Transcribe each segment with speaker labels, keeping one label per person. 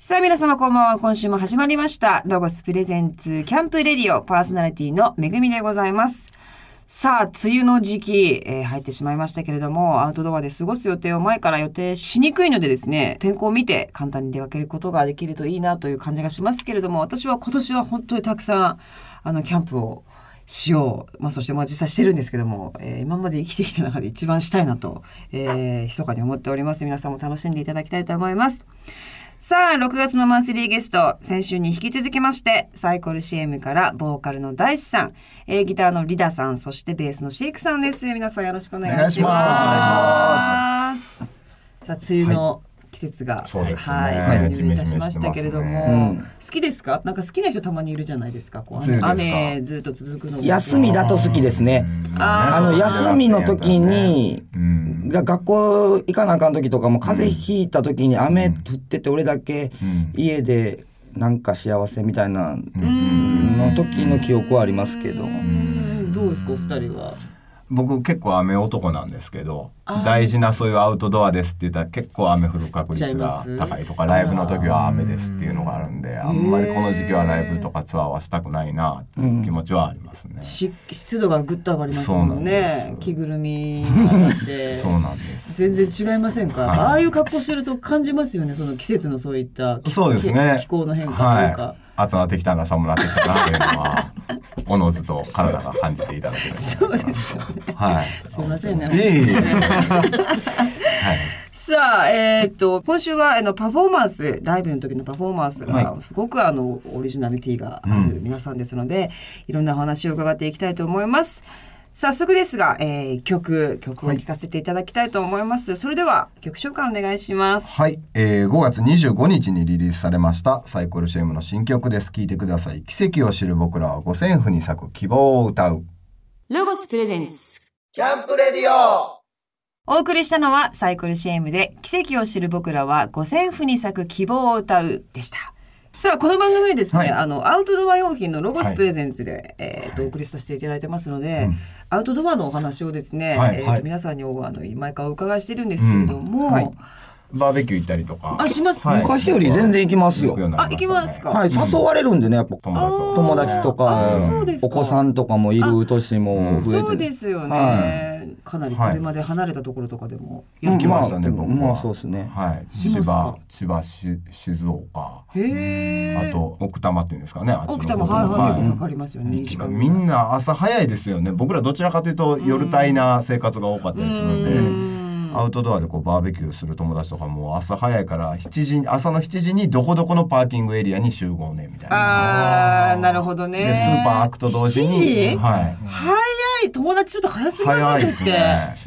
Speaker 1: さあ皆様こんばんは。今週も始まりました。ロゴスプレゼンツキャンプレディオパーソナリティのめぐみでございます。さあ、梅雨の時期、えー入ってしまいましたけれども、アウトドアで過ごす予定を前から予定しにくいのでですね、天候を見て簡単に出かけることができるといいなという感じがしますけれども、私は今年は本当にたくさん、あの、キャンプをしよう。まあ、そしてまあ実際してるんですけども、えー今まで生きてきた中で一番したいなと、えー、密かに思っております。皆さんも楽しんでいただきたいと思います。さあ、6月のマンスリーゲスト、先週に引き続きまして、サイコル CM からボーカルの大志さん、えーギターのリダさん、そしてベースのシェイクさんです。皆さんよろしくお願いします。
Speaker 2: お願
Speaker 1: いします。さあ、梅雨の季節が、
Speaker 2: そうですね
Speaker 1: はい、
Speaker 2: はい
Speaker 1: 入りいたしましたけれども、
Speaker 2: ジ
Speaker 1: うん好きですかなんか好きな人たまにいるじゃないですか。こう
Speaker 2: 梅雨ですか
Speaker 1: 雨ずっと続くのも
Speaker 3: 休みだと好きですね。
Speaker 1: あー
Speaker 3: あの休みの時に、
Speaker 2: うん
Speaker 3: が学校行かなあかん時とかも風邪ひいた時に雨降ってて俺だけ
Speaker 2: うん
Speaker 3: 家でなんか幸せみたいなの時の記憶はありますけど。
Speaker 1: うんどうですか、お二人は。
Speaker 2: 僕結構雨男なんですけど大事なそういうアウトドアですって言ったら結構雨降る確率が高いとかライブの時は雨ですっていうのがあるんであんまりこの時期はライブとかツアーはしたくないなっていう気持ちはありますね。
Speaker 1: し湿度がぐっと上がりますもん
Speaker 2: そうなん
Speaker 1: ね
Speaker 2: です
Speaker 1: 着ぐるみになって
Speaker 2: そうなんです
Speaker 1: 全然違いませんか、
Speaker 2: はい
Speaker 1: ああいう格好してると感じますよねその季節のそういった気
Speaker 2: そうですね
Speaker 1: 気気候の変化というか、
Speaker 2: はい暑くなってきたな寒くなってきたなというのはおのずと体が感じていただければそう ですよねはい
Speaker 1: すいませんね
Speaker 2: いえいえいえはい
Speaker 1: さあえーっと今週はあのパフォーマンスライブの時のパフォーマンスが
Speaker 2: は
Speaker 1: すごくあのオリジナリティがある皆さんですので、いろんなお話を伺っていきたいと思います早速ですが、えー、曲曲を聴かせていただきたいと思います、それでは曲紹介お願いします
Speaker 2: はい、えー5月25日にリリースされましたサイコルシェームの新曲です聴いてください奇跡を知る僕らは五線譜に咲く希望を歌う
Speaker 1: ロゴスプレゼンス
Speaker 3: キャンプレディオ
Speaker 1: お送りしたのはサイコル CM で奇跡を知る僕らは五線譜に咲く希望を歌うでした。さあこの番組はですね、
Speaker 2: はい
Speaker 1: あのアウトドア用品のロゴ
Speaker 2: は
Speaker 1: ス
Speaker 2: い
Speaker 1: プレゼンツで、えーとお送りさせていただいてますので、
Speaker 2: ん
Speaker 1: アウトドアのお話をですね、
Speaker 2: はい
Speaker 1: えーと
Speaker 2: はい
Speaker 1: 皆さんにおあの毎回お伺いしてるんですけれども、
Speaker 2: うんはいバーベキュー行ったりとか
Speaker 1: あします
Speaker 3: 昔より全然行きますよ
Speaker 2: 行くうにな
Speaker 1: あ行
Speaker 2: りしたね
Speaker 1: きますか
Speaker 3: はい、誘われるんでね、やっぱ
Speaker 2: 友達を
Speaker 3: 友達と
Speaker 1: あ
Speaker 3: か
Speaker 1: ーそうですか
Speaker 3: お子さんとかもいる年も増えて。
Speaker 1: そうですよね、
Speaker 3: は
Speaker 1: かなり車で離れたところとかでもや
Speaker 3: う
Speaker 1: っ
Speaker 2: 行
Speaker 3: ん
Speaker 2: きましたね、
Speaker 3: まあ
Speaker 2: 僕は
Speaker 3: まあそうですね
Speaker 2: はい
Speaker 1: し
Speaker 2: 千
Speaker 1: ますか
Speaker 2: 葉千葉し静岡
Speaker 1: へー
Speaker 2: あと奥多摩っていうんですかねあっちの
Speaker 1: 奥多摩はいはい結構かかりますよね、
Speaker 2: い
Speaker 1: 2時間ぐら
Speaker 2: み
Speaker 1: い
Speaker 2: んな朝早いですよね僕らどちらかというと夜帯な生活が多かったりするので、
Speaker 1: うん
Speaker 2: アウトドアでこうバーベキューする友達とかも朝早いから7時朝の7時にどこどこのパーキングエリアに集合ねみたいな。
Speaker 1: あーなるほどね
Speaker 2: でスーパー開くと同時
Speaker 1: 7
Speaker 2: に、
Speaker 1: 時
Speaker 2: はい、
Speaker 1: 早い友達ちょっと早すぎま
Speaker 2: 早
Speaker 1: せん
Speaker 2: いで
Speaker 1: っ
Speaker 2: す
Speaker 1: て、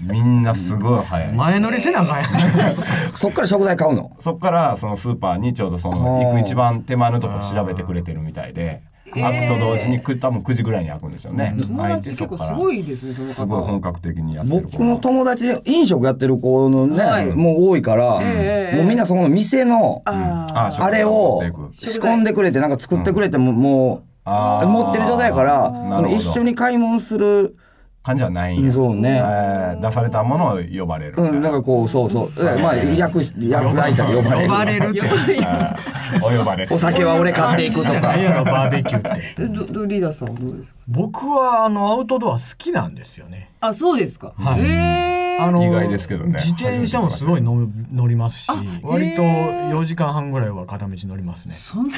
Speaker 2: ねみんなすごい早い。
Speaker 4: 前乗りせなあかんやん
Speaker 3: そっから食材買うの。
Speaker 2: そっからそのスーパーにちょうどその行く一番手前のとこ調べてくれてるみたいで開くと同時にく多分9時ぐらいに開くんですよね。
Speaker 1: 友達結構すご
Speaker 2: い
Speaker 1: いですねその
Speaker 2: すごい本
Speaker 1: 方
Speaker 2: 格的にやってる子
Speaker 3: 僕の友達で飲食やってる子のね、
Speaker 1: はい
Speaker 3: もう多いから、
Speaker 1: ええ
Speaker 3: もうみんなそこの店の
Speaker 1: あ
Speaker 2: あ
Speaker 1: ー
Speaker 2: 食
Speaker 3: あれを仕込んでくれてなんか作ってくれても、も
Speaker 2: あ
Speaker 3: う
Speaker 2: ー
Speaker 3: 持ってる状態やから
Speaker 2: な
Speaker 3: そ
Speaker 2: るほど
Speaker 3: の一緒に買い物する
Speaker 2: 感じはないんや。
Speaker 3: そうね
Speaker 2: えー出されたものを呼ばれるみた
Speaker 3: う
Speaker 2: いな。
Speaker 3: んなんかこうそうそう、まあ役し役がいたら呼ばれ
Speaker 4: 呼
Speaker 3: る
Speaker 4: ばれるって
Speaker 2: あー お呼ばれ
Speaker 3: お酒は俺買っていくとか
Speaker 4: 何やろバーベキューって
Speaker 1: え どどリーダーさんはどうですか
Speaker 4: 僕はあのアウトドア好きなんですよね
Speaker 1: あそうですか、
Speaker 4: はい
Speaker 1: へー
Speaker 4: あの
Speaker 2: 意外ですけどね
Speaker 4: 自転車もすごい乗乗りますし割と
Speaker 1: へー
Speaker 4: 4時間半ぐらいは片道乗りますね
Speaker 1: そんなに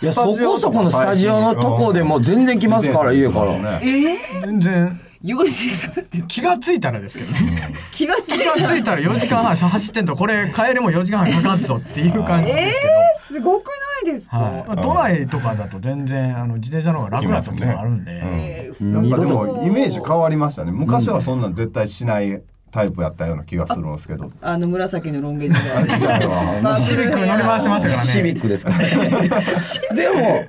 Speaker 3: いやそこそこのスタジオのとこでも全然来ますから家から。
Speaker 2: ね
Speaker 1: えー、
Speaker 4: 全然
Speaker 1: 4時間って
Speaker 4: 気がついたらですけどね
Speaker 1: 気がつい
Speaker 4: 気 がついたら4時間半走ってんとこれ帰りも4時間半かかっぞっていう感じです
Speaker 1: す
Speaker 4: けど、
Speaker 1: ごくないですか、
Speaker 4: はいまあ、都内とかだと全然あの自転車の方が楽な時もあるんで、
Speaker 1: えーす
Speaker 2: な
Speaker 1: ごい
Speaker 2: んかでもイメージ変わりましたね。昔はそんなん絶対しないタイプやったような気がするんですけど。
Speaker 1: あの紫のロン毛時代
Speaker 2: 以外は
Speaker 1: バ
Speaker 4: シビック乗り回してましたからね
Speaker 3: シビックですからねでも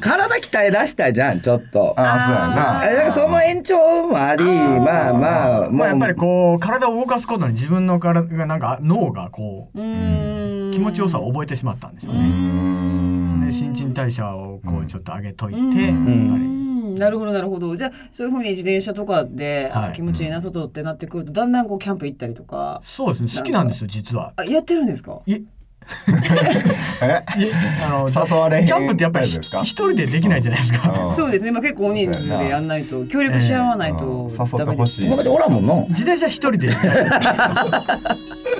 Speaker 3: 体鍛え出したじゃんちょっと。
Speaker 2: ああそうや
Speaker 3: えだからその延長もありまあまあも
Speaker 4: まあ、やっぱり
Speaker 3: う
Speaker 4: こう体を動かすことに自分の体がなんか脳がこう
Speaker 1: うん
Speaker 4: 気持ちよさを覚えてしまったんですよ
Speaker 2: な。うー
Speaker 4: ね。
Speaker 2: ん
Speaker 4: で新陳代謝をこうちょっと上げといて、
Speaker 3: ん
Speaker 4: やっぱ
Speaker 1: う
Speaker 4: り
Speaker 1: んなるほどなるほどじゃあそういうふうに自転車とかで、あ
Speaker 4: はい
Speaker 1: 気持ちいいな外ってなってくるとだんだんこうキャンプ行ったりとか
Speaker 4: そうですね好きなんですよ実は。
Speaker 1: あやってるんですか
Speaker 4: い
Speaker 2: え
Speaker 4: いあ の
Speaker 2: 誘われへん
Speaker 4: キャンプってやっぱり
Speaker 2: タイプですか
Speaker 4: 一人でできないじゃないですか。
Speaker 2: うん
Speaker 1: そうですね、まあ、結構大人数でやんないと協力し合わないと
Speaker 2: 誘
Speaker 1: ダ
Speaker 2: って
Speaker 1: メ
Speaker 2: ほ
Speaker 1: です、
Speaker 2: しい
Speaker 3: 友達おらんもん な
Speaker 4: 自転車一人で。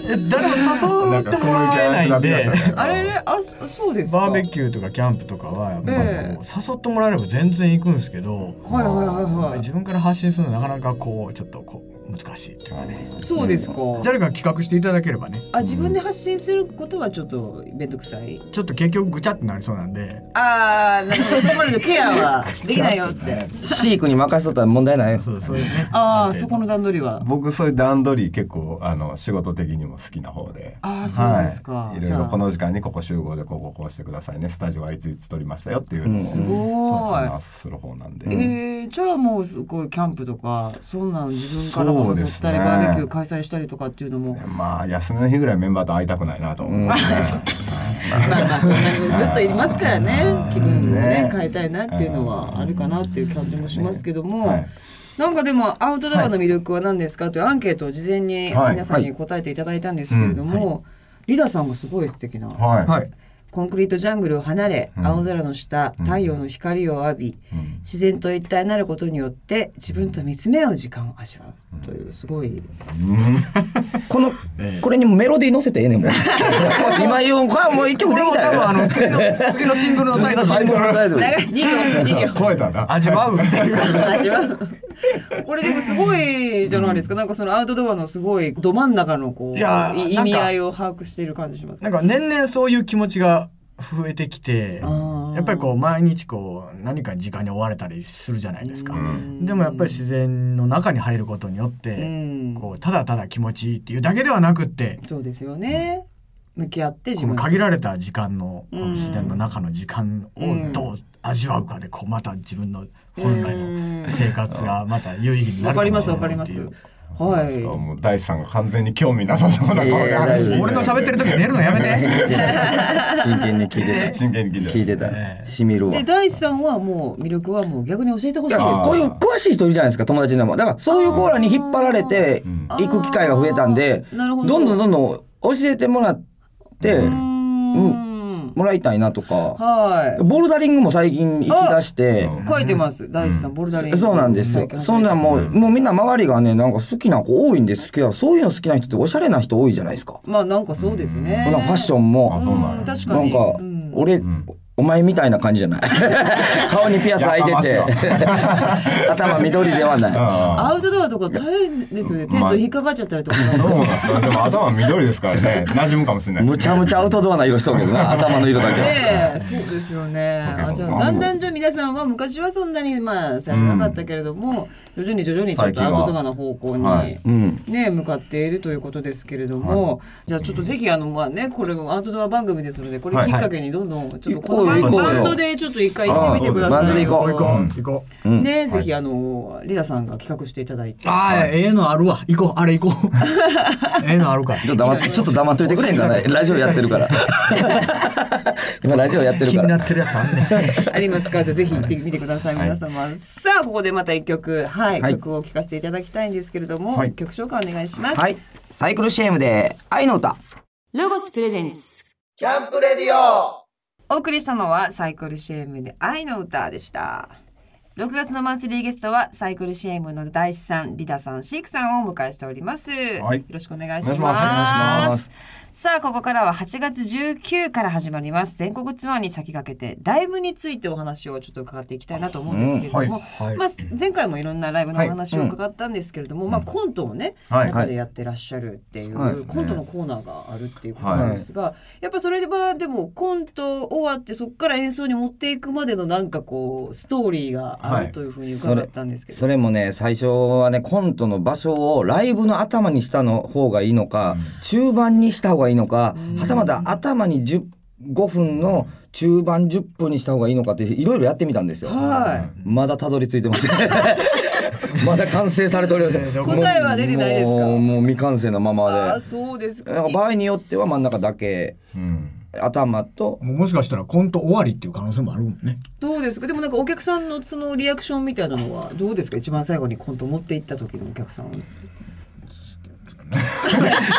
Speaker 4: え誰も誘ってもらえないんで。
Speaker 1: あれれあそそうですか
Speaker 4: バーベキューとかキャンプとかはやっぱりこう
Speaker 1: え
Speaker 4: 誘ってもらえれば全然行くんですけど、
Speaker 1: はいはい
Speaker 4: やっぱ
Speaker 1: はい
Speaker 4: り
Speaker 1: はい
Speaker 4: 自分から発信するのはなかなかこうちょっとこう難しいっていうかね。
Speaker 1: そうですか、
Speaker 4: 誰か企画していただければね、
Speaker 1: あ自分で発信することはちょっとめんどくさい
Speaker 4: ちょっと結局ぐちゃってなりそうなんで。
Speaker 1: あーなるほどそこまでのケアはできないよって
Speaker 3: 飼育に任せとったら問題ないよ
Speaker 4: そうそういうね。
Speaker 1: ああ
Speaker 4: る
Speaker 1: そ
Speaker 4: 程
Speaker 1: こ
Speaker 4: 度
Speaker 1: の段取りは
Speaker 2: 僕そういう段取り結構あの仕事的にも好きな方で。
Speaker 1: ああそうですか、
Speaker 2: はい、いろい
Speaker 1: じゃ
Speaker 2: ろ
Speaker 1: あ
Speaker 2: この時間にここ集合でこうこうこうしてくださいねスタジオはいついつ撮りましたよっていう
Speaker 3: う
Speaker 2: のを
Speaker 3: ん
Speaker 1: すごい、
Speaker 2: 話する方なんで、
Speaker 1: えー、じゃあもうすごいキャンプとかそんなん自分からも
Speaker 2: そう
Speaker 1: 誘
Speaker 2: で
Speaker 1: っ
Speaker 2: す
Speaker 1: た
Speaker 2: ね
Speaker 1: り、バーベキュー開催したりとかっていうのも
Speaker 2: まあ休みの日ぐらいメンバーと会いたくないなと思 って、
Speaker 1: まあまあそんなにずっといますからね気分をね
Speaker 2: ね
Speaker 1: 変えたいなっていうのはあるかなっていう感じもしますけども、
Speaker 2: はい
Speaker 1: なんかでもアウトドアの魅力は何ですかというアンケートを事前に
Speaker 2: はい
Speaker 1: 皆さんに答えていただいたんですけれども、リダさんがすごい素敵な、
Speaker 2: はい、
Speaker 4: はい。
Speaker 1: コンクリートジャングルを離れ
Speaker 2: うん
Speaker 1: 青空の下太陽の光を浴び
Speaker 2: うん
Speaker 1: 自然と一体になることによって自分と見つめ合う時間を味わうというすごい
Speaker 3: この
Speaker 4: ええ
Speaker 3: これにもメロディー乗せてええねん もう今言うんかもう一曲できたよ
Speaker 4: あの 次の次のシングルのタイトル
Speaker 3: シングルのタイトル
Speaker 1: 長い2行2行
Speaker 2: 超えたな
Speaker 4: 味わうっていう。
Speaker 1: 味わうこれでもすごいじゃないですか、なんかそのアウトドアのすごいど真ん中のこう
Speaker 4: いやー
Speaker 1: い意
Speaker 4: なんか
Speaker 1: 味合いを把握している感じします
Speaker 4: なんか年々そういう気持ちが増えてきて
Speaker 1: あー
Speaker 4: やっぱりこう毎日こう何かに時間に追われたりするじゃないですか、
Speaker 2: ん
Speaker 4: でもやっぱり自然の中に入ることによって、
Speaker 1: うん
Speaker 4: こうただただ気持ちいいっていうだけではなくって
Speaker 1: そうですよね向き合って自
Speaker 4: この
Speaker 1: 分
Speaker 4: 限られた時間のこ
Speaker 1: うん
Speaker 4: の自然の中の時間
Speaker 1: うん
Speaker 4: をどう味わうかでこうまた自分の本来
Speaker 1: うん
Speaker 4: の生活がまた有意義にな
Speaker 1: わ
Speaker 4: るか
Speaker 1: かり
Speaker 4: も
Speaker 1: ま
Speaker 4: し
Speaker 1: す
Speaker 4: れ
Speaker 1: わか
Speaker 4: な
Speaker 1: り
Speaker 4: いっ
Speaker 1: ま
Speaker 4: て
Speaker 1: す
Speaker 4: いう。
Speaker 1: は
Speaker 2: そう
Speaker 1: い
Speaker 2: もう大地さんが完全に興味なさそうな顔で話して
Speaker 3: いやいや
Speaker 4: 俺の喋ってる時寝るのやめて
Speaker 3: 真剣に聞いて
Speaker 2: 真剣に
Speaker 3: た
Speaker 2: 聞
Speaker 3: 聞
Speaker 2: い
Speaker 3: い
Speaker 2: て
Speaker 3: て
Speaker 2: る
Speaker 3: たしみるわ
Speaker 1: で大地さんはもう魅力はもう逆に教えてほしい
Speaker 3: だ
Speaker 1: で
Speaker 3: か
Speaker 1: す
Speaker 3: らこういう詳しい人いるじゃないですか友達でもだからそういうコーラに引っ張られて
Speaker 2: うん
Speaker 3: 行く機会が増えたんで
Speaker 1: あーなるほど
Speaker 3: どんどんどんどん教えてもらって
Speaker 1: うーん
Speaker 3: もらいたいなとか
Speaker 1: は
Speaker 3: ボルダリングも最近行き出して
Speaker 2: あ
Speaker 1: い書いてます大地さんボルダリング
Speaker 3: そうなんですよそんなんもうもうみんな周りがねなんか好きな子多いんですけどそういうの好きな人っておしゃれな人多いじゃないですか
Speaker 1: まあなんかそうですね
Speaker 3: なんかファッショ
Speaker 1: ン
Speaker 3: ンも
Speaker 2: あそうなんや
Speaker 1: 確か
Speaker 3: な
Speaker 1: に
Speaker 3: んか
Speaker 1: うん
Speaker 3: 俺
Speaker 2: ん
Speaker 3: お前みたいな感じじゃない 顔にピアス開いて
Speaker 2: やかましい
Speaker 3: て 頭緑ではない
Speaker 2: あ
Speaker 1: アウトドアとか大変ですよね。テン
Speaker 2: まあ
Speaker 1: ト引っかかっちゃったりと か。
Speaker 2: どうなんですかねでも頭緑ですからね馴染むかもしれない
Speaker 3: むちゃむちゃアウトドアな色しとるけどな頭の色だけ
Speaker 1: ねえ、そうですよね。あじゃあだんだんじゃあ皆さんは昔はそんなにまあされなかったけれども、徐々に徐々にちょっとアウトドアの方向に。
Speaker 2: はい
Speaker 3: うん
Speaker 1: ね、向かっているということですけれども、じゃあちょっとぜひあのまあねこれアウトドア番組ですのでこれきっかけにどんどんちょっとこのバン
Speaker 3: 行こうよ行こうよ
Speaker 1: バンドでちょっと一回行ってみてくださいよ
Speaker 3: ああそうですバンドで
Speaker 4: 行こう行こう。
Speaker 3: うん
Speaker 1: ねぜひあのリダさんが企画していただいて
Speaker 4: ああええのあるわ行こうあれ行こう。ええのあるから
Speaker 3: ちょっと黙ってちょっと黙っといてくれへんかなラジオやってるから 今ラジオやってる
Speaker 4: 気
Speaker 3: か
Speaker 4: にな
Speaker 3: ら
Speaker 4: ってるやつあんねん。
Speaker 1: ありますかじゃあぜひ行ってみてください、皆様、さあここでまた一曲、はい
Speaker 3: はい
Speaker 1: 曲を聴かせていただきたいんですけれども、
Speaker 2: はい
Speaker 1: 曲紹介お願いします、
Speaker 3: はいサイクル CM で愛の歌
Speaker 1: ロゴスプレゼンス
Speaker 3: キャンプレディオ
Speaker 1: お送りしたのはサイクル CM で愛の歌でした6月のマンスリーゲストはサイクル CM の大志さんリダさんシークさんをお迎えしております、
Speaker 2: い
Speaker 1: よろしくお願いします
Speaker 2: お願いします
Speaker 3: お願いします
Speaker 1: さあここからは8月19から始まります全国ツアーに先駆けてライブについてお話をちょっと伺っていきたいなと思うんですけれども、
Speaker 2: うんはいはい
Speaker 1: まあ、前回もいろんなライブのお話を伺ったんですけれども、まあ、コントをね、
Speaker 2: はい
Speaker 1: 中でやってらっしゃるっていう、
Speaker 3: はい
Speaker 1: コントのコーナーがあるっていうことなんですが、やっぱそれはでもコント終わってそこから演奏に持っていくまでのなんかこうストーリーがあるというふうに伺ったんですけど、
Speaker 3: それもね最初はねコントの場所をライブの頭にしたの方がいいのか、中盤にした方がいいのか、はたまた頭に10 5分の中盤10分にした方がいいのかっていろいろやってみたんですよ。
Speaker 1: は
Speaker 3: まだたどり着いてません。 まだ完成されておりません。
Speaker 1: 答えは出てないですか
Speaker 3: もうもう未完成のま
Speaker 1: い、あ
Speaker 3: ま
Speaker 1: あそうです
Speaker 3: で。なん
Speaker 1: か
Speaker 3: か場合によっては真ん中だけ
Speaker 2: うん
Speaker 3: 頭と
Speaker 4: もうもしかしたらコント終わりっていう可能性もあるもんね。
Speaker 1: どうですかでもなんかお客さんのそのリアクションみたいなのはどうですか一番最後にコント持っていった時のお客さん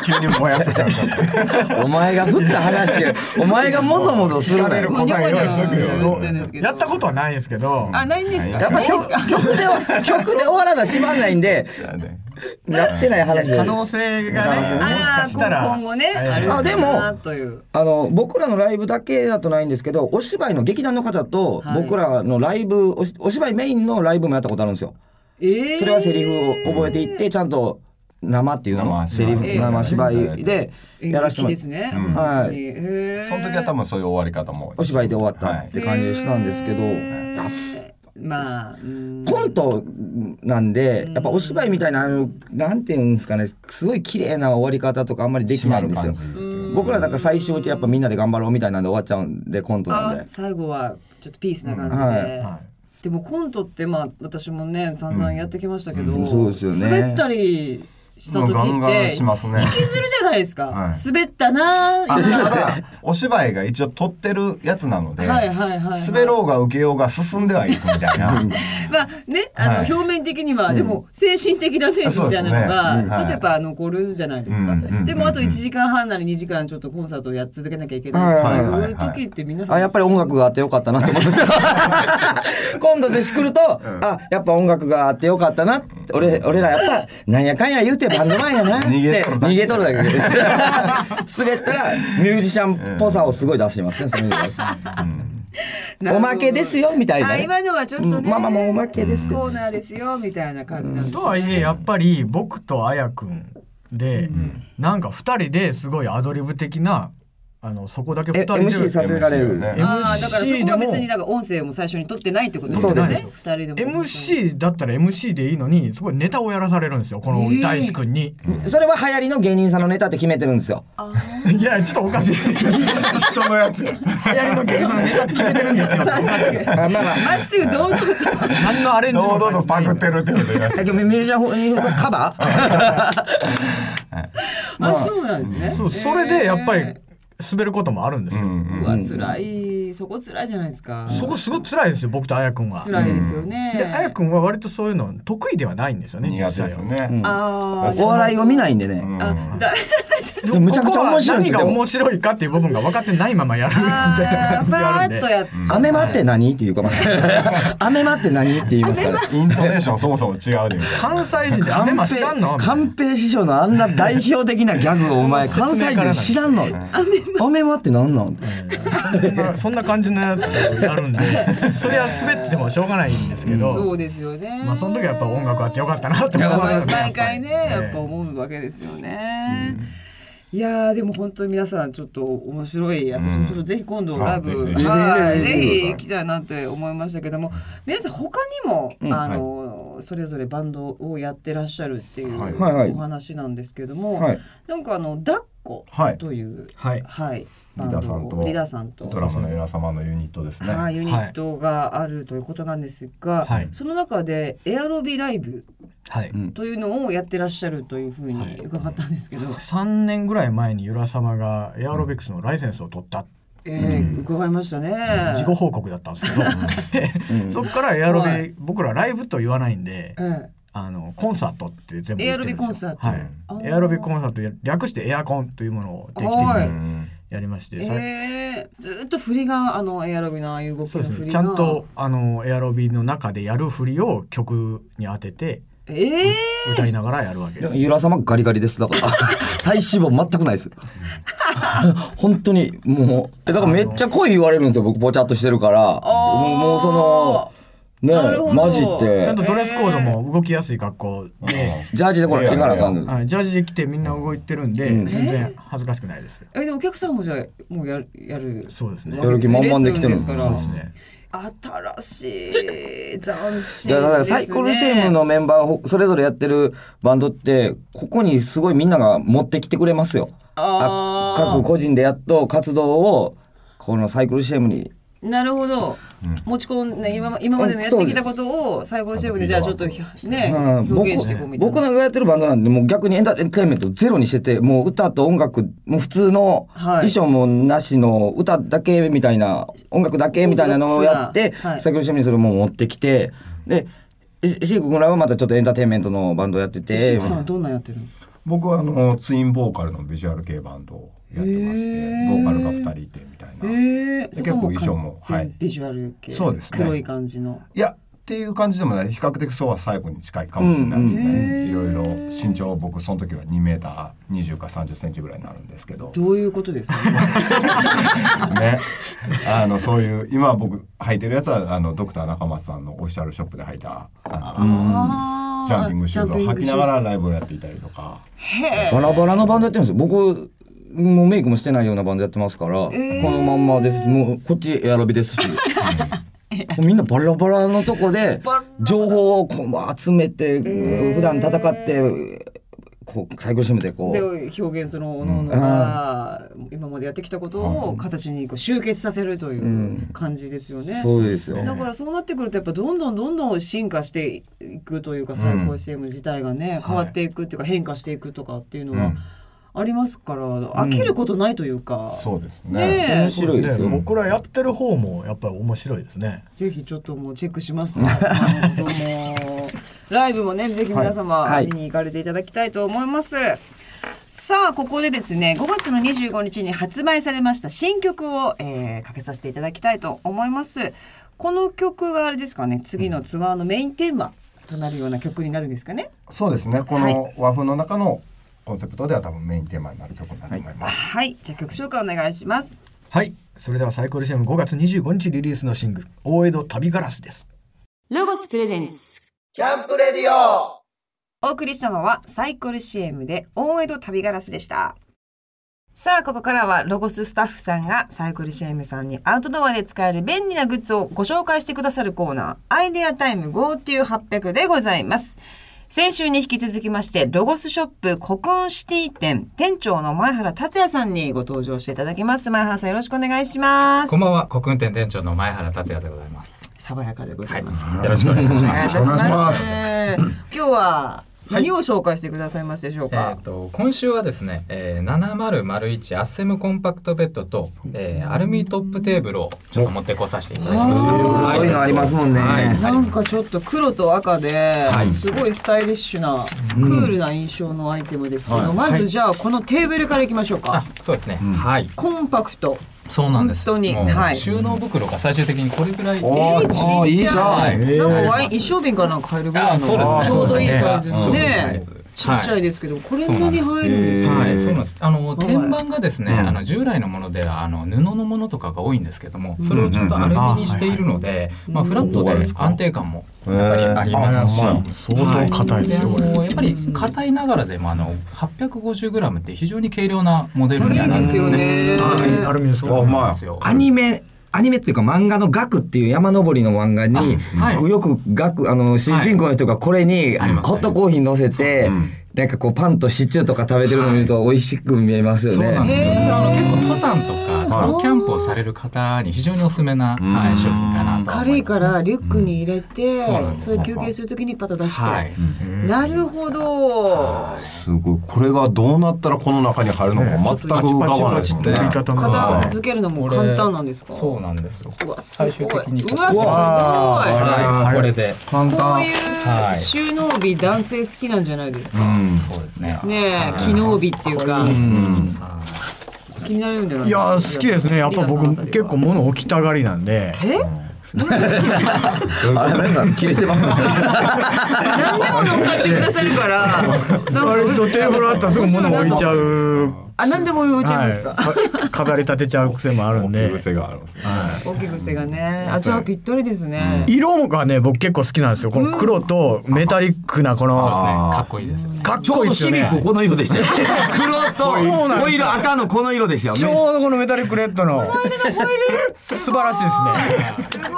Speaker 2: 急にもやっとしちゃう
Speaker 3: お前が振った話やお前がもぞもぞする
Speaker 2: 聞
Speaker 3: な
Speaker 2: かれ
Speaker 3: よ
Speaker 2: る答え用意しとけよ
Speaker 1: ってんですけど
Speaker 4: やったことはないんですけど、
Speaker 1: あないんですか
Speaker 3: やっぱ曲曲では曲で終わらなしまんないんでやってない話で
Speaker 4: 可能性がね、
Speaker 3: 可能性
Speaker 1: あ
Speaker 3: ね
Speaker 4: もしか
Speaker 1: ー
Speaker 4: したら
Speaker 1: 今後ね、
Speaker 4: ええ
Speaker 1: あるかな
Speaker 3: あでも
Speaker 1: という
Speaker 3: あの僕らのライブだけだとないんですけどお芝居の劇団の方と
Speaker 1: はい
Speaker 3: 僕らのライブ、おしお芝居メインのライブもやったことあるんですよ。それはセリフを覚えていってちゃんと生っていうの
Speaker 2: 生
Speaker 3: セリフ
Speaker 1: ええ
Speaker 3: 生芝居で
Speaker 1: え
Speaker 3: やらせてもら
Speaker 1: ですね、
Speaker 2: うん
Speaker 1: 本当
Speaker 3: は
Speaker 1: に
Speaker 3: い
Speaker 1: ええ
Speaker 2: その時は多分そういう終わり方も
Speaker 3: お芝居で終わったって感じしたんですけど、
Speaker 1: はい
Speaker 3: やっ
Speaker 1: まあ、うん
Speaker 3: コントなんでやっぱお芝居みたいなあのなんていうんですかねすごい綺麗な終わり方とかあんまりできないんですよ。僕らなんか最終やっぱみんなで頑張ろうみたいなんで終わっちゃうんでコントな
Speaker 1: あ
Speaker 3: んで。
Speaker 1: 最後はちょっとピースな感じで、
Speaker 3: うんはい
Speaker 4: は
Speaker 1: でもコントってまあ私もね散々やってきましたけど、
Speaker 2: うん
Speaker 3: そうですよね
Speaker 1: 滑ったりした時って、
Speaker 2: ガンガンしますね
Speaker 1: 引きずるじゃないですか、
Speaker 2: はい
Speaker 1: 滑ったなー
Speaker 2: あただお芝居が一応撮ってるやつなので、
Speaker 1: はいはいはいはい
Speaker 2: 滑ろうが受けようが進んではいくみたい な
Speaker 1: まあねあの、
Speaker 2: はい
Speaker 1: 表面的には、でも精神的な面みたいなのが、
Speaker 2: そうですねうん
Speaker 1: ちょっとやっぱ残るじゃないですか、
Speaker 2: うんうんうんうん
Speaker 1: でもあと1時間半なり2時間ちょっとコンサートをやっ続けなきゃいけないって
Speaker 3: はい
Speaker 2: はいはい
Speaker 1: いう時って皆さん、
Speaker 3: あやっぱり音楽があってよかったなと思うんですよ今度でしくると、あやっぱ音楽があってよかったなって俺俺らやっぱなんやかんや言うてバンドマンやなって
Speaker 2: 逃げとるだけ
Speaker 3: 逃げとるだけで滑ったらミュージシャンっぽさをすごい出してますねそういう意味で
Speaker 1: なる
Speaker 3: お
Speaker 1: ほど
Speaker 3: まけですよみたいな
Speaker 1: あ
Speaker 3: ね、
Speaker 1: 今のはちょっとね、
Speaker 3: うんまあまあもうおまけですけど
Speaker 1: コーナーですよみたいな感じなんで
Speaker 4: い、
Speaker 1: す、
Speaker 4: とはいえやっぱり僕とあやくんで、なんか2人ですごいアドリブ的なあのそこだけ
Speaker 3: え
Speaker 4: 2人で
Speaker 3: MC させられる、
Speaker 2: ね
Speaker 1: ああだからそ
Speaker 4: MC
Speaker 1: こ
Speaker 4: で
Speaker 1: は
Speaker 4: も
Speaker 1: 別になんか音声も最初に取ってないってことです
Speaker 3: そうで
Speaker 1: よ
Speaker 3: す
Speaker 1: ね。二人でも。
Speaker 4: MC だったら MC でいいのにすごいネタをやらされるんですよこの大志くんに、
Speaker 3: それは流行りの芸人さんのネタって決めてるんですよ
Speaker 4: いやちょっとおかしい
Speaker 2: 人のやつ
Speaker 4: 流行りの芸人のネタって決めてるんですよおかしい
Speaker 3: あまあまあ
Speaker 1: まっすぐ堂々と。
Speaker 4: 何のアレンジも
Speaker 2: 堂々とパクってるってことになって
Speaker 3: えでもミュージシャン本人のカバー
Speaker 1: あそうなんですね。
Speaker 4: そうそれでやっぱり滑ることもあるんです
Speaker 2: う
Speaker 4: よ、
Speaker 1: うんん。うわ辛いそこ辛いじゃないですか。
Speaker 4: そこすごく辛いですよ僕とあやくんは
Speaker 1: 辛いですよね。
Speaker 4: であやくんは割とそういうの得意ではないんですよ
Speaker 2: う
Speaker 4: ね
Speaker 2: ん苦手です
Speaker 4: は
Speaker 2: ね、
Speaker 3: ん
Speaker 1: あ
Speaker 3: お笑いを見ないんで
Speaker 2: う
Speaker 3: ね、
Speaker 2: ん
Speaker 1: ああだ。
Speaker 4: ここ
Speaker 3: むちゃくちゃ面白いんです
Speaker 4: 何
Speaker 3: よ
Speaker 4: が
Speaker 3: でも
Speaker 4: 面白いかっていう部分が分かってないままやる みたい
Speaker 1: あ
Speaker 4: な感
Speaker 1: ー
Speaker 4: じがあ
Speaker 1: バ
Speaker 4: るん
Speaker 1: ー
Speaker 4: で
Speaker 1: っとやっ
Speaker 3: アメマって何っていうかま あアメマって何って言いますから
Speaker 2: イントネーションそもそも違うでみたい
Speaker 4: 関西人ってアメマ知らんの
Speaker 3: 寛平師匠のあんな代表的なギャグをお前
Speaker 4: その
Speaker 3: 関
Speaker 4: 説
Speaker 3: 西
Speaker 4: 明からなん
Speaker 3: 人
Speaker 4: です
Speaker 3: 知らんのアメマってなんなん
Speaker 4: そんなそんな感じのやつをやるんでそりゃ滑っててもしょうがないんですけ
Speaker 1: た。
Speaker 4: ど
Speaker 1: そうですよね。
Speaker 4: まあその時はやっぱ音楽あってよかったなって思いますよね
Speaker 1: 毎回ね
Speaker 4: やっぱり
Speaker 1: やっぱ思うわけですよね。いやーでも本当に皆さんちょっと面白い私もちょっとぜひ今度ライブ、
Speaker 2: うん
Speaker 1: はい
Speaker 3: はい
Speaker 1: ぜ
Speaker 3: ぜひ
Speaker 1: ひ行きたいなって思いましたけども皆さん他にも、あのそれぞれバンドをやってらっしゃるっていう
Speaker 2: はい
Speaker 3: はいはい
Speaker 1: お話なんですけども、
Speaker 3: はい
Speaker 1: なんかあの「だっこ
Speaker 2: はい」
Speaker 1: という、
Speaker 4: はい
Speaker 1: バンドをリー
Speaker 2: リー
Speaker 1: ダ
Speaker 2: ダ
Speaker 1: ーさんと
Speaker 2: なドラムの皆様のユニットですね、
Speaker 1: はい、ユニットがあるということなんですが、
Speaker 4: はい
Speaker 1: その中でエアロビライブ
Speaker 4: はい
Speaker 1: というのをやってらっしゃるというふうに伺ったんですけど、
Speaker 4: 3年ぐらい前にゆら様がエアロビクスのライセンスを取った
Speaker 1: ええ伺いましたね。
Speaker 4: 事後報告だったんですけど そっからエアロビ僕らライブと言わないんで
Speaker 1: ええ
Speaker 4: あのコンサートって全部言って
Speaker 1: エアロビ
Speaker 4: るんですよ
Speaker 1: コンサート
Speaker 4: は
Speaker 1: あ
Speaker 4: い、
Speaker 1: ー
Speaker 4: エアロビコンサートや略してエアコンというものを定期的
Speaker 1: は
Speaker 2: う
Speaker 1: い
Speaker 4: に
Speaker 2: ん
Speaker 4: やりまして、さい
Speaker 1: ええずっと振りがあのエアロビのああいう動き
Speaker 4: そう
Speaker 1: の
Speaker 4: です
Speaker 1: 振り
Speaker 4: ね
Speaker 1: が
Speaker 4: ちゃんとあのエアロビの中でやる振りを曲に当てて
Speaker 1: ええ
Speaker 4: 歌いながらやるわけです、
Speaker 3: ゆら様ガリガリですだから 体脂肪全くないです本当にもうえだからめっちゃ声言われるんですよ僕ぼちゃっとしてるから
Speaker 1: あー
Speaker 3: もうもうそのね
Speaker 1: なるほど
Speaker 3: えマジっ
Speaker 4: ちゃ
Speaker 3: て
Speaker 4: んとドレスコードも動きやすい格好で、
Speaker 3: ジャージでこれ行かなあかんの
Speaker 4: はいジャージで着てみんな動いてるんで、全然恥ずかしくないですよ
Speaker 1: えでもお客さんもじゃあもうやるやる
Speaker 4: そうですね
Speaker 3: やる気満々で来てる
Speaker 1: レッスンですから
Speaker 4: そうですね
Speaker 1: 新しい斬新
Speaker 3: いやだからサイコロシェームのメンバーほそれぞれやってるバンドってここにすごいみんなが持ってきてくれますよ。
Speaker 1: あー
Speaker 3: あ各個人でやっと活動をこのサイコロシェームに
Speaker 1: なるほど、持ち込んで今ま今までのやってきたことをサイコロシェームでじゃあちょっとひね
Speaker 3: うん
Speaker 1: 表現していこうみ
Speaker 3: 僕
Speaker 1: たい
Speaker 3: 僕
Speaker 1: な。
Speaker 3: らがやってるバンドなんでもう逆にエンターテインメントゼロにしててもう歌と音楽もう普通の
Speaker 1: はい
Speaker 3: 衣装もなしの歌だけみたいな音楽だけみたいなのをやって
Speaker 1: はい
Speaker 3: 先ほど趣味それも持ってきてでシシーク君らはまたちょっとエンターテインメントのバンドやってて
Speaker 1: さんはどんなんやってるの？
Speaker 2: 僕はあのツインボーカルのビジュアル系バンドをやってまして、
Speaker 1: へー
Speaker 2: ボーカルが2人いてみたいな、
Speaker 1: ええ
Speaker 2: で結構衣装もはい
Speaker 1: ビジュアル系
Speaker 2: そうですね
Speaker 1: 黒い感じの
Speaker 2: いやっていう感じでもない比較的そうは最後に近いかもしれないですね、
Speaker 1: うんうん
Speaker 2: いろいろ身長僕その時は2メーター20か30センチぐらいになるんですけど
Speaker 1: どういうことですか
Speaker 2: ねあのそういう今僕履いてるやつはあのドクター中松さんのオフィシャルショップで履いたあ
Speaker 1: あ
Speaker 2: のジャンピングシューズを履きなが
Speaker 1: ら
Speaker 2: らライブをやっていたりとか
Speaker 3: バラバラのバンドやってるんですよ。僕もうメイクもしてないようなバンドやってますから、このまんまですしもうこっちエアロビです し。もうみんなバラバラのとこで
Speaker 1: バラバラ
Speaker 3: 情報をこう集めて、普段戦ってこう最高締めてこ
Speaker 1: で
Speaker 3: う
Speaker 1: 表現そのおののが今までやってきたことを形にこう集結させるという感じですよね。
Speaker 3: そうですよ。
Speaker 1: だからそうなってくるとやっぱどんどんどんどん進化していくというか最高 CM 自体がね、変わっていくっていうか変化していくとかっていうのはありますから、飽きることないというか、
Speaker 2: そうです
Speaker 1: ね
Speaker 2: ね
Speaker 1: え
Speaker 3: 面白いですよ。
Speaker 4: 僕らやってる方もやっぱり面白いですね。
Speaker 1: ぜひちょっともうチェックします わあのどうもライブもねぜひ皆様
Speaker 3: はいはい
Speaker 1: 見に行かれていただきたいと思います、さあここでですね5月の25日に発売されました新曲を、えーかけさせていただきたいと思いますこの曲があれですかね次のツアーのメインテーマとなるような曲になるんですかね
Speaker 2: そうですねこの和風の中のコンセプトでは多分メインテーマになる曲になると思います、
Speaker 1: はいじゃあ曲紹介お願いします
Speaker 4: はい。それではサイコロシアム5月25日リリースのシングル、大江戸旅ガラスです。
Speaker 1: ロゴスプレゼンツ
Speaker 3: キャンプレディオ
Speaker 1: お送りしたのはサイコル CM で大江戸旅ガラスでした。さあ、ここからはロゴススタッフさんがサイコル CM さんにアウトドアで使える便利なグッズをご紹介してくださるコーナー、アイデアタイム GoTo800 でございます。先週に引き続きまして、ロゴスショップコクーンシティ店店長の前原達也さんにご登場していただきます。前原さんよろしくお願いします
Speaker 5: こん。ばんは、国運店店長の前原達也でございます。
Speaker 1: 爽やかでござ
Speaker 5: はいい、
Speaker 1: ます。
Speaker 5: よろしくお願いし
Speaker 1: お願い
Speaker 5: ま
Speaker 1: い
Speaker 5: す。
Speaker 1: たし
Speaker 2: お願いし
Speaker 1: ま
Speaker 2: ますす。
Speaker 1: 今日は何を紹介してくださいますでしょう
Speaker 5: え
Speaker 1: か、
Speaker 5: ー、と今週はですね、えー、7001アッセムコンパクトベッドと、えー、アルミトップテーブルをちょっと持ってこさせていただきました。
Speaker 3: ー
Speaker 5: はい
Speaker 3: こういうのありますもんね
Speaker 5: はい
Speaker 1: なんかちょっと黒と赤で
Speaker 5: はい
Speaker 1: すごいスタイリッシュなクールな印象のアイテムですけどまずじゃあこのテーブルからいきましょうか
Speaker 5: あ、そうですね。はい。
Speaker 1: コンパクト
Speaker 5: そうなんです。
Speaker 1: 本当に
Speaker 5: もう
Speaker 1: はい
Speaker 5: 収納袋が最終的にこれぐらい。
Speaker 3: おーあーいいじゃん。
Speaker 1: なんかワイン一升瓶かなんか入るぐらい
Speaker 5: あ、そうです
Speaker 1: の
Speaker 5: ね。
Speaker 1: ちょうどいいサイズの
Speaker 5: はい
Speaker 1: ねちっちゃいですけどこれなに入るんですか
Speaker 5: はい、そうなんです。あの
Speaker 1: い
Speaker 5: 天板がですね、
Speaker 2: うん
Speaker 5: あの従来のものではあの布のものとかが多いんですけども、それをちょっとアルミにしているので、まあフラットで安定感もやっぱりありますし。
Speaker 4: 相当硬いですよ、
Speaker 5: は
Speaker 4: これ。
Speaker 5: であのやっぱり硬いながらでもあの 850g って非常に軽量なモデルにはなるんですね。
Speaker 1: 軽いですよね
Speaker 5: はい
Speaker 4: アルミです
Speaker 2: あ
Speaker 4: よ。
Speaker 2: う
Speaker 5: そう
Speaker 2: ま
Speaker 5: ないんですよ
Speaker 3: アニメアニメっていうか漫画の「学」っていう山登りの漫画に、
Speaker 5: あはい
Speaker 3: よく学あの主人公の人がこれに
Speaker 5: あります
Speaker 3: ホットコーヒー乗せて、
Speaker 2: ん
Speaker 3: なんかこうパンとシチューとか食べてるのを見ると美味しく見えますよ
Speaker 5: そう
Speaker 3: ね。
Speaker 5: なんですよ。
Speaker 1: へー
Speaker 5: だからあの結構登山とかソロキャンプをされる方に非常におすすめな、
Speaker 2: ん
Speaker 5: はい、商品かなと思います。
Speaker 1: 軽いからリュックに入れて
Speaker 5: そうなんです
Speaker 1: それ休憩するときにパッと出し
Speaker 5: はい
Speaker 1: て。なるほど
Speaker 2: すごいこれがどうなったらこの中に入るのか全く浮かばないです
Speaker 5: ちょっとパチパチパチって言
Speaker 2: ね
Speaker 5: い
Speaker 4: 方
Speaker 1: 型付けるのも簡単なんですか
Speaker 5: そうなんですよ。
Speaker 1: うわすご
Speaker 5: 最
Speaker 1: い
Speaker 5: 終的に
Speaker 1: うわすごい
Speaker 5: はい、これで。
Speaker 3: 簡
Speaker 1: こう
Speaker 3: 単
Speaker 1: い
Speaker 5: は
Speaker 1: う
Speaker 5: い
Speaker 1: 収納日男性好きなんじゃないですか。
Speaker 2: うん
Speaker 5: そうですね。
Speaker 1: ねえ、機能日っていうか、
Speaker 2: うん
Speaker 1: 気になるんじゃない
Speaker 4: いやー好きですね。やっぱ僕結構。物置きたがりなんで。
Speaker 1: え
Speaker 3: あなんか切れてますね
Speaker 1: 何でも乗っかってくださるから、
Speaker 4: 割とテーブルあったらすぐ物置いちゃう。
Speaker 1: あ、何でも置いちゃいますか。
Speaker 4: はい、飾り立てちゃう癖もあるんで。
Speaker 2: 癖があるんですね
Speaker 1: 大きい癖がね。あ、じゃあぴったりですね。
Speaker 4: 色がね僕結構好きなんですよ。この黒とメタリックなこ
Speaker 5: そうですね。
Speaker 4: の。
Speaker 5: かっこいいですよね。
Speaker 4: かっ
Speaker 3: ちょ
Speaker 4: こ
Speaker 3: う
Speaker 4: いい
Speaker 3: ど
Speaker 4: です
Speaker 3: シ
Speaker 4: よ
Speaker 3: ビ
Speaker 4: ね。
Speaker 3: ックこの色でしたよ黒とお色赤のこの色ですよ
Speaker 4: ち
Speaker 3: ね。
Speaker 4: ょうどこのメタリックレッドの素晴らしいですね。
Speaker 1: すごい。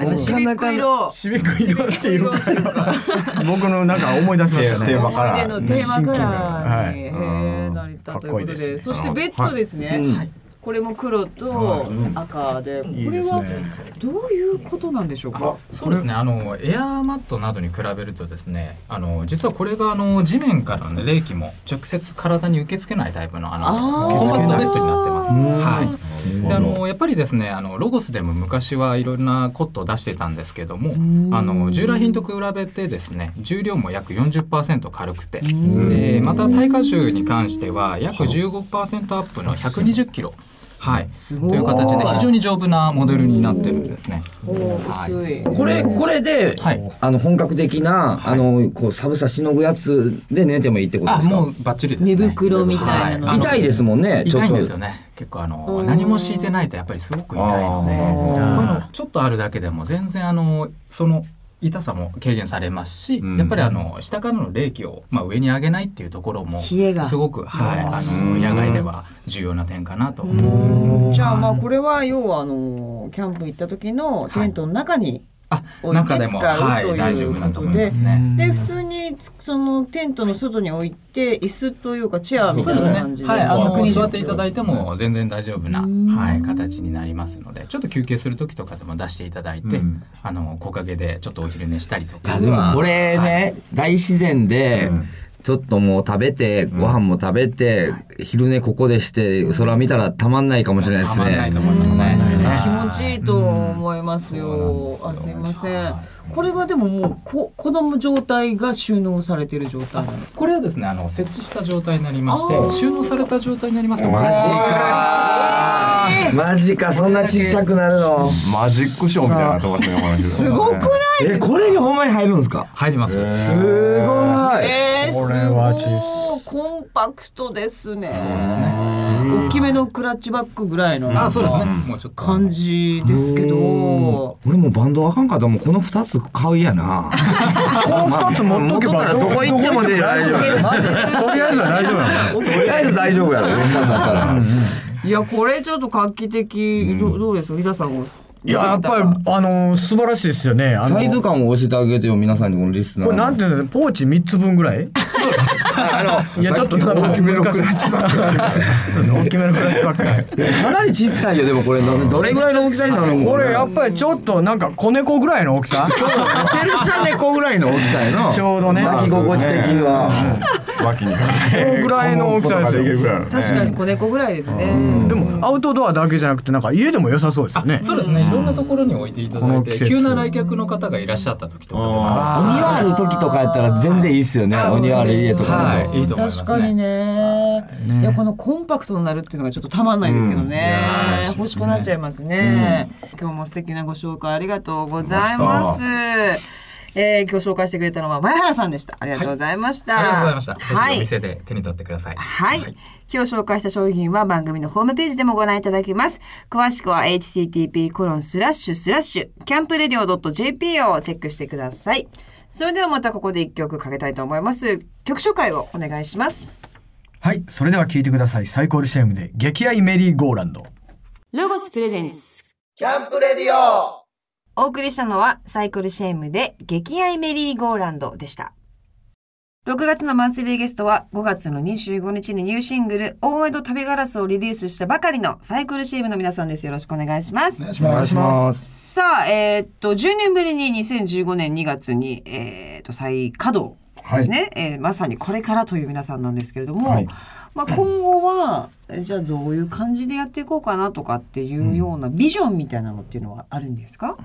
Speaker 1: あじゃあシビック色。
Speaker 4: シビック色っていうから 僕のなんか思い出しました
Speaker 2: テー
Speaker 4: ね。
Speaker 2: マカラ
Speaker 1: での
Speaker 2: ー
Speaker 1: テーマカラー
Speaker 4: はい
Speaker 1: にへえなりたというこ
Speaker 4: かっこいい
Speaker 1: と
Speaker 4: で
Speaker 1: で、
Speaker 4: す
Speaker 1: そしてベッドですね。はいこれも黒と赤で、こ
Speaker 4: いい
Speaker 1: れ
Speaker 4: です
Speaker 1: は
Speaker 4: ね
Speaker 1: どういうことなんでしょうか。
Speaker 5: そうですね。あのエアーマットなどに比べるとですね、あの実はこれがあの地面からの冷気も直接体に受け付けないタイプのあ
Speaker 1: あー
Speaker 5: のコンパクトベッドになってます。はい。であのやっぱりですねあのロゴスでも昔はいろんなコットを出してたんですけどもあの従来品と比べてですね重量も約40%軽くてでまた耐荷重に関しては約15%アップの120キロ。はい、という形で非常に丈夫なモデルになってるんですね。
Speaker 1: はい、
Speaker 3: これこれで、はい、あの本格的な、はい、あのこう寒さしのぐやつで寝てもいいってことですか？、
Speaker 5: もうバッチリです、ね、
Speaker 6: 寝袋みたいな、はい
Speaker 3: 痛いですもんね。
Speaker 5: 痛いんですよね。結構あの何も敷いてないとやっぱりすごく痛いので、こういうのちょっとあるだけでも全然あのその痛さも軽減されますし、やっぱりあの下からの冷気を、まあ、上に上げないっていうところもすごく、はい、あの野外では重要な点かなと思います、ね、
Speaker 1: じゃあまあこれは要はあのキャンプ行った時のテントの中に、
Speaker 5: あ中でも、はい、大丈夫だと思いますね。
Speaker 1: で普通にそのテントの外に置いて椅子というかチェアみたいな感じで、
Speaker 5: ねはい、あの座っていただいても全然大丈夫な、はい、形になりますのでちょっと休憩する時とかでも出していただいて、うん、あの木陰でちょっとお昼寝したりとか。
Speaker 3: でもこれね、はい、大自然で、うんちょっともう食べて、ご飯も食べて、うん、昼寝ここでして、空見たらたまんないかもしれないですね。
Speaker 5: ないと思いますね。
Speaker 1: 気持ちいいと思いますよ。うん、あ、すいません。これはでももうこ子供状態が収納されてる状態なんです
Speaker 5: これはですね、あの設置した状態になりまして、収納された状態になりますと。
Speaker 3: マジか、えー。マジか、そんな小さくなるの。
Speaker 2: マジックショーみたいなとこですね。
Speaker 1: すごくないです
Speaker 3: か。え、これにほんまに入るんですか。
Speaker 5: 入ります。えー、
Speaker 3: すごい。
Speaker 1: えー、これは小さコンパクトですね。そうですね。大きめのクラッチバッグぐらいの
Speaker 5: あ、そうですね。もうちょっと
Speaker 1: 感じですけど。
Speaker 3: 俺もバンドあかんかったもうこの二つ買うやな。
Speaker 4: この二つ持っとけば
Speaker 3: どこ行ってもね大丈夫。
Speaker 2: とりあえず大丈夫
Speaker 3: や とりあえず大丈夫やろ。こんなんだったら。
Speaker 1: いやこれちょっと画期的どどうですか、伊田さん
Speaker 4: いややっぱりあの素晴らしいですよね。
Speaker 3: サイズ感を教えてあげてよ皆さんにこのリスナー。
Speaker 4: これなんていうのポーチ三つ分ぐらい？あのいやちょっと大きめのクラッチバッグ。大きめのクラッチバッ
Speaker 3: グ。かなり小さいよでもこれどれぐらいの大きさになるの？
Speaker 4: これやっぱりちょっとなんか子猫ぐらいの大きさ。
Speaker 3: そう。ペルシャ猫ぐらいの大きさやの。
Speaker 4: ちょうどね。
Speaker 3: 巻き心地的には。
Speaker 2: 脇 にか
Speaker 4: けぐらいの大きさですよ。
Speaker 1: 確かに子猫ぐらいですね。
Speaker 4: でもアウトドアだけじゃなくてなんか家でも良さそうですよね。
Speaker 5: そうですね。いろんなところに置いていただいて、急な来客の方がいらっしゃった時とか、お
Speaker 3: 庭ある時とかやったら全然いいですよね。お庭ある家とか
Speaker 5: いいと思います
Speaker 1: 確かにね。いやこのコンパクトになるっていうのがちょっとたまんないですけどね。欲しくなっちゃいますね。今日も素敵なご紹介ありがとうございます。えー、今日紹介してくれたのは前原さんでした。ありがとうございました。
Speaker 5: ありがとうございました。はい、店で手に取ってください。
Speaker 1: はい。今日紹介した商品は番組のホームページでもご覧いただけます。詳しくは http コロンスラッシュスラッシュキャンプレディオ .jp をチェックしてください。それではまたここで一曲かけたいと思います。曲紹介をお願いします。
Speaker 4: はい。それでは聴いてください。サイコール CM で激愛メリーゴーランド。
Speaker 6: ロゴスプレゼンツ。
Speaker 7: キャンプレディオ
Speaker 1: お送りしたのはサイコルシェームで激愛メリーゴーランドでした。6月のマンスリーゲストは5月の25日にニューシングル「大江戸旅ガラス」をリリースしたばかりのサイクルチームの皆さんですよろしくお願いします
Speaker 3: お願いします
Speaker 1: さあえー、っと10年ぶりに2015年2月に、えー、っと再稼働ですね、はい、えー、まさにこれからという皆さんなんですけれども、はい、まあ、今後はじゃあどういう感じでやっていこうかなとかっていうようなビジョンみたいなのっていうのはあるんですか、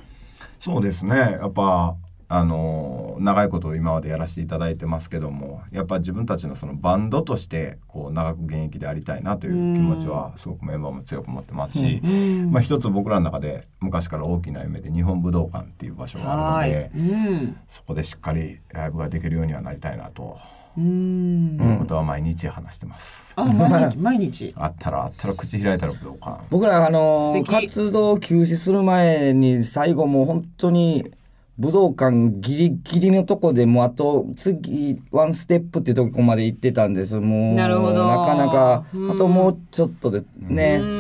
Speaker 2: そうですねやっぱあの長いこと今までやらせていただいてますけどもやっぱ自分たちのそのバンドとしてこう長く現役でありたいなという気持ちはすごくメンバーも強く持ってますし、まあ、一つ僕らの中で昔から大きな夢で日本武道館っていう場所があるので、うん、そこでしっかりライブができるようにはなりたいなと。うん、ことは毎日話してます。
Speaker 1: あ、毎日、毎日。
Speaker 2: あったら、あったら、口開いたら武道館。、
Speaker 3: 僕ら、あのー、活動休止する前に、最後もう本当に。武道館ギリギリのとこでもうあと次ワンステップっていうとこまで行ってたんですもうなかなかあともうちょっとでね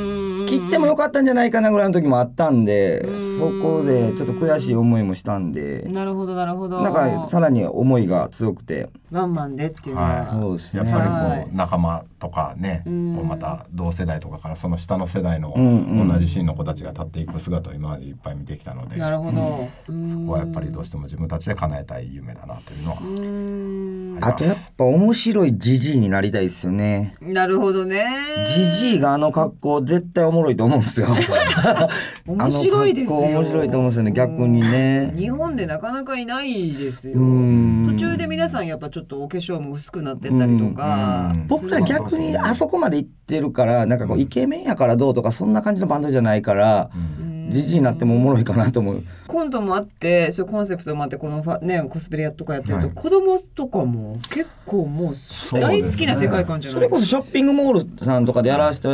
Speaker 3: 切ってもよかったんじゃないかなぐらいの時もあったんでそこでちょっと悔しい思いもしたんで
Speaker 1: なるほどなるほど
Speaker 3: なんかさらに思いが強くて
Speaker 1: ワンマンでっていうのは、はい
Speaker 2: そうですねやっぱりこう仲間とかね、こうまた同世代とかからその下の世代の同じシーンの子たちが立っていく姿を今までいっぱい見てきたので、、
Speaker 1: なるほど、うん
Speaker 2: そこはやっぱりどうしても自分たちで叶えたい夢だなというのは
Speaker 3: あとやっぱ面白いジジイになりたいですよね
Speaker 1: なるほどね
Speaker 3: ジジイがあの格好絶対おもろいと思うんです よ。
Speaker 1: 面白いですよ
Speaker 3: あの格好面白いと思うんですよね逆にね。
Speaker 1: 日本でなかなかいないですよ。
Speaker 3: うん
Speaker 1: 途中で皆さんやっぱちょっとお化粧も薄くなってたりとか。
Speaker 3: 僕ら逆にあそこまで行ってるからなんかこうイケメンやからどうとかそんな感じのバンドじゃないから
Speaker 1: うん
Speaker 3: じじいになってもおもろいかなと思う。
Speaker 1: コントもあってそういうコンセプトもあってこのファ、ね、コスプレとかやってると、
Speaker 2: はい
Speaker 1: 子供とかも結構もう
Speaker 2: うですね
Speaker 1: 大好きな世界観じゃ
Speaker 3: そ
Speaker 1: ない
Speaker 3: れ
Speaker 1: で
Speaker 3: こ
Speaker 1: す
Speaker 3: そ
Speaker 1: か。
Speaker 3: ショッピングモールさんとかでやらせて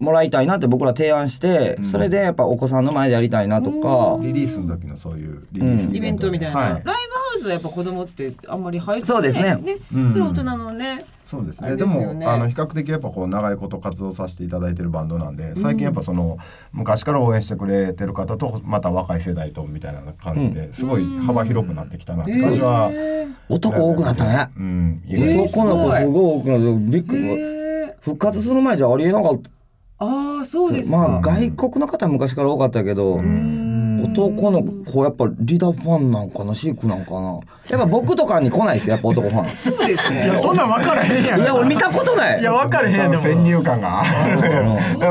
Speaker 3: もらいたいなって僕ら提案して、それでやっぱお子さんの前でやりたいなとか、
Speaker 2: リリースの時のそういうリリース
Speaker 1: イベントみたいな、
Speaker 2: は
Speaker 1: ライブハウスはやっぱ子供ってあんまり入って
Speaker 3: そうですね
Speaker 2: うん
Speaker 1: それ大人のね、
Speaker 2: そうです
Speaker 1: あれ
Speaker 2: ね。
Speaker 1: で
Speaker 2: ですも
Speaker 1: よね
Speaker 2: あの比較的やっぱこう長いこと活動させていただいてるバンドなんで、最近やっぱその昔から応援してくれてる方とまた若い世代とみたいな感じですごい幅広くなってきたなって感じは。
Speaker 3: 男多くなったね。
Speaker 2: うん。
Speaker 1: えー
Speaker 3: 男の子すごい多くなったびっく
Speaker 1: え
Speaker 3: り、
Speaker 1: ー、
Speaker 3: 復活する前じゃありえなかった
Speaker 1: ああそうですか、
Speaker 3: まあ外国の方は昔から多かったけど、男の子やっぱリーダーファンなんかなシークなんかなやっぱ僕とかに来ないですよやっぱ男ファ
Speaker 1: そうです
Speaker 4: いや
Speaker 1: ね
Speaker 4: そんなん分からへ んやん
Speaker 3: ンいや俺見たことない
Speaker 4: いや分からへんやんで
Speaker 2: 先
Speaker 4: も
Speaker 2: 入観が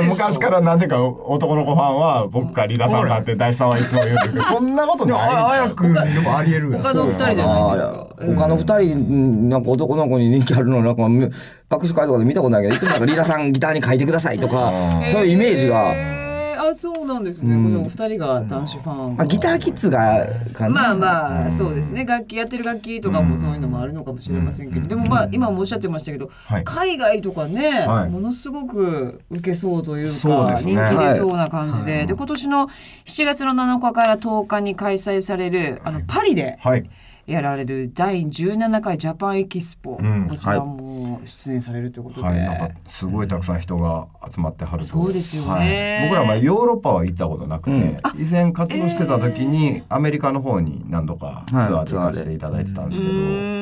Speaker 2: 昔からなんでか男の子ファンは僕かリーダーさんかって大地さんはいつも言うんですけどそんなこと
Speaker 4: でもあ
Speaker 2: ない
Speaker 4: あやくんでもありえるやん
Speaker 1: 他の二人じゃないですか
Speaker 3: あーいや他の二人なんか男の子に人気あるのなんかむ握手会とかで見たことないけどいつもなんかリーダーさんギターに書いてください とか
Speaker 2: う
Speaker 3: そういうイメージが、
Speaker 1: えーあそうなんですね、このお二人が男子ファン
Speaker 3: まあ、ギターキッズがかな、
Speaker 1: まあまあそうですね楽器やってる楽器とかもそういうのもあるのかもしれませんけどでもまあ今もおっしゃってましたけど
Speaker 2: はい
Speaker 1: 海外とかね
Speaker 2: はい
Speaker 1: ものすごく受けそうという
Speaker 2: そう
Speaker 1: か
Speaker 2: です
Speaker 1: 人
Speaker 2: ね
Speaker 1: 気出そうな感じでで今年の7月の7日から10日に開催されるあのパリで
Speaker 2: はい
Speaker 1: やられる第17回ジャパンエキスポこ
Speaker 2: うん
Speaker 1: ちらも出演されるということ
Speaker 2: はい、なんか
Speaker 1: です
Speaker 2: ごいたくさん人が集まってはると
Speaker 1: そうですよね
Speaker 2: はい僕らはヨーロッパは行ったことなくて、以前活動してた時にアメリカの方に何度かツアーで行かせていただいてたんですけど、
Speaker 1: う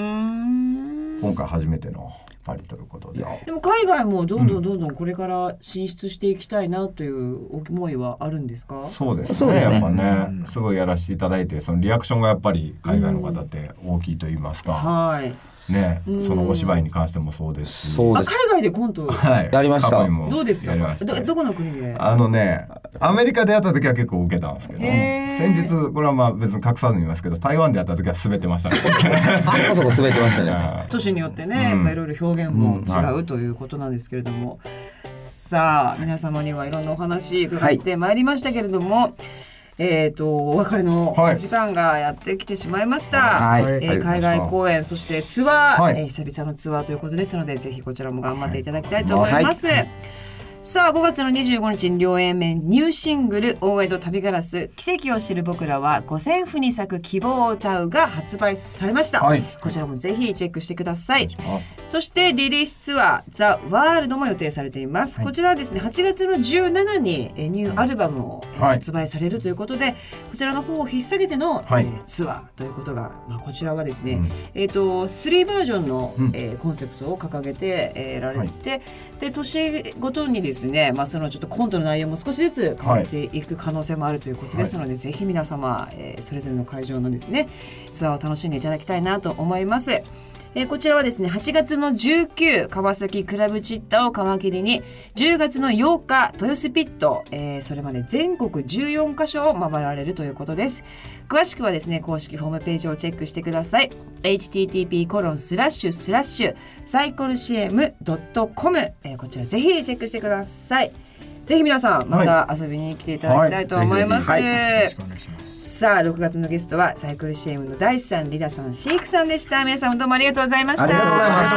Speaker 1: ーん
Speaker 2: 今回初めてのパリということで
Speaker 1: でも海外もどんどんどんどんこれから進出していきたいなという思いはあるんですか、
Speaker 2: そうですね
Speaker 3: そうですね
Speaker 2: やっぱね、すごいやらせていただいてそのリアクションがやっぱり海外の方って大きいと言いますか、
Speaker 1: はい。
Speaker 2: ね、そのお芝居に関してもそうですし
Speaker 3: そう
Speaker 1: あ海
Speaker 3: です
Speaker 1: 外でコント
Speaker 2: はい、
Speaker 3: やりました
Speaker 2: 過去にも
Speaker 1: どうです
Speaker 2: や
Speaker 1: か
Speaker 2: りま。した
Speaker 1: どどこの国で。
Speaker 2: あのね、アメリカでやった時は結構受けたんですけど、
Speaker 1: へー
Speaker 2: 先日これはまあ別に隠さずに言いますけど、台湾でやった時は滑ってましたね。
Speaker 3: そこそこ滑ってましたね
Speaker 1: 都市によってね、
Speaker 2: うん
Speaker 1: やっぱいろいろ表現も
Speaker 2: うん
Speaker 1: 違
Speaker 2: は
Speaker 1: うということなんですけれども、さあ皆様にはいろんなお話伺ってまいりましたけれども、えっ、とお別れの
Speaker 2: はい
Speaker 1: 時間がやってきてしまいました。
Speaker 3: はい
Speaker 1: え
Speaker 3: はい
Speaker 1: ー海外公演そしてツアー、
Speaker 2: はい
Speaker 1: えー久々のツアーということですのでぜひこちらも頑張っていただきたいと思います。さあ5月の25日に両 A 面ニューシングル「大江戸旅ガラス奇跡を知る僕らは五線譜に咲く希望を歌う」が発売されました、
Speaker 2: はい
Speaker 1: こちらもぜひチェックしてください
Speaker 2: あ
Speaker 1: そしてリリースツアー「ザ・ワールドも予定されています、こちらはですね8月の17にえーニューアルバムをえー
Speaker 2: はい
Speaker 1: 発売されるということで、こちらの方を引っ提げての、
Speaker 2: はい
Speaker 1: えーツアーということが、まあ、こちらはですね、
Speaker 2: うん
Speaker 1: えー、と3バージョンの、
Speaker 2: うん
Speaker 1: えーコンセプトを掲げて、えーられて、で年ごとにですね、まあ、そのちょっとコントの内容も少しずつ変わっていく可能性もあるということですので、ぜひ皆様、えーそれぞれの会場のですねツアーを楽しんでいただきたいなと思います。えーこちらはですね8月の19川崎クラブチッタを皮切りに10月の8日豊洲ピット、えーそれまで全国14カ所を回られるということです詳しくはですね公式ホームページをチェックしてください http コロンスラッシュスラッシュサイコル CM.com、えーこちらぜひチェックしてくださいぜひ皆さんまた遊びに来ていただきたいと思います、
Speaker 2: はい
Speaker 4: よろしくお願いします
Speaker 1: さあ6月のゲストはサイクル CM の大地さんリダさんシークさんでした皆さんもどうもありがとうございました
Speaker 3: ありがとうございまし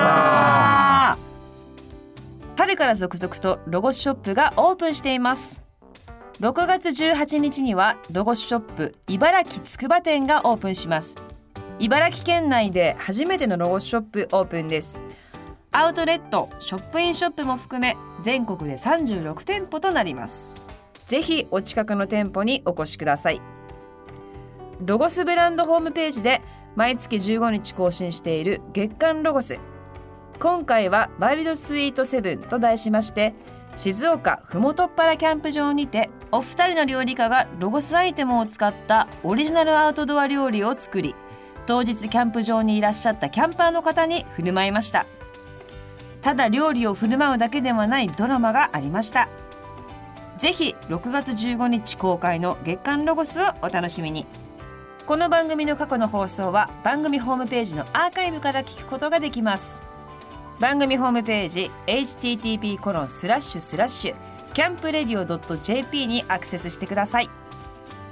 Speaker 3: た
Speaker 1: 春から続々とロゴスショップがオープンしています6月18日にはロゴスショップ茨城つくば店がオープンします茨城県内で初めてのロゴスショップオープンですアウトレットショップインショップも含め全国で36店舗となりますぜひお近くの店舗にお越しくださいロゴスブランドホームページで毎月15日更新している月間ロゴス今回は「ワイルドスイートセブン」と題しまして静岡ふもとっぱらキャンプ場にてお二人の料理家がロゴスアイテムを使ったオリジナルアウトドア料理を作り当日キャンプ場にいらっしゃったキャンパーの方に振る舞いましたただ料理を振る舞うだけではないドラマがありましたぜひ6月15日公開の月刊ロゴスをお楽しみにこの番組の過去の放送は番組ホームページのアーカイブから聞くことができます番組ホームページ http コロンスラッシュスラッシュキャンプレディオ .jp にアクセスしてください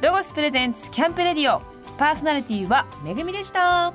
Speaker 1: ロゴスプレゼンツキャンプレディオパーソナリティはめぐみでした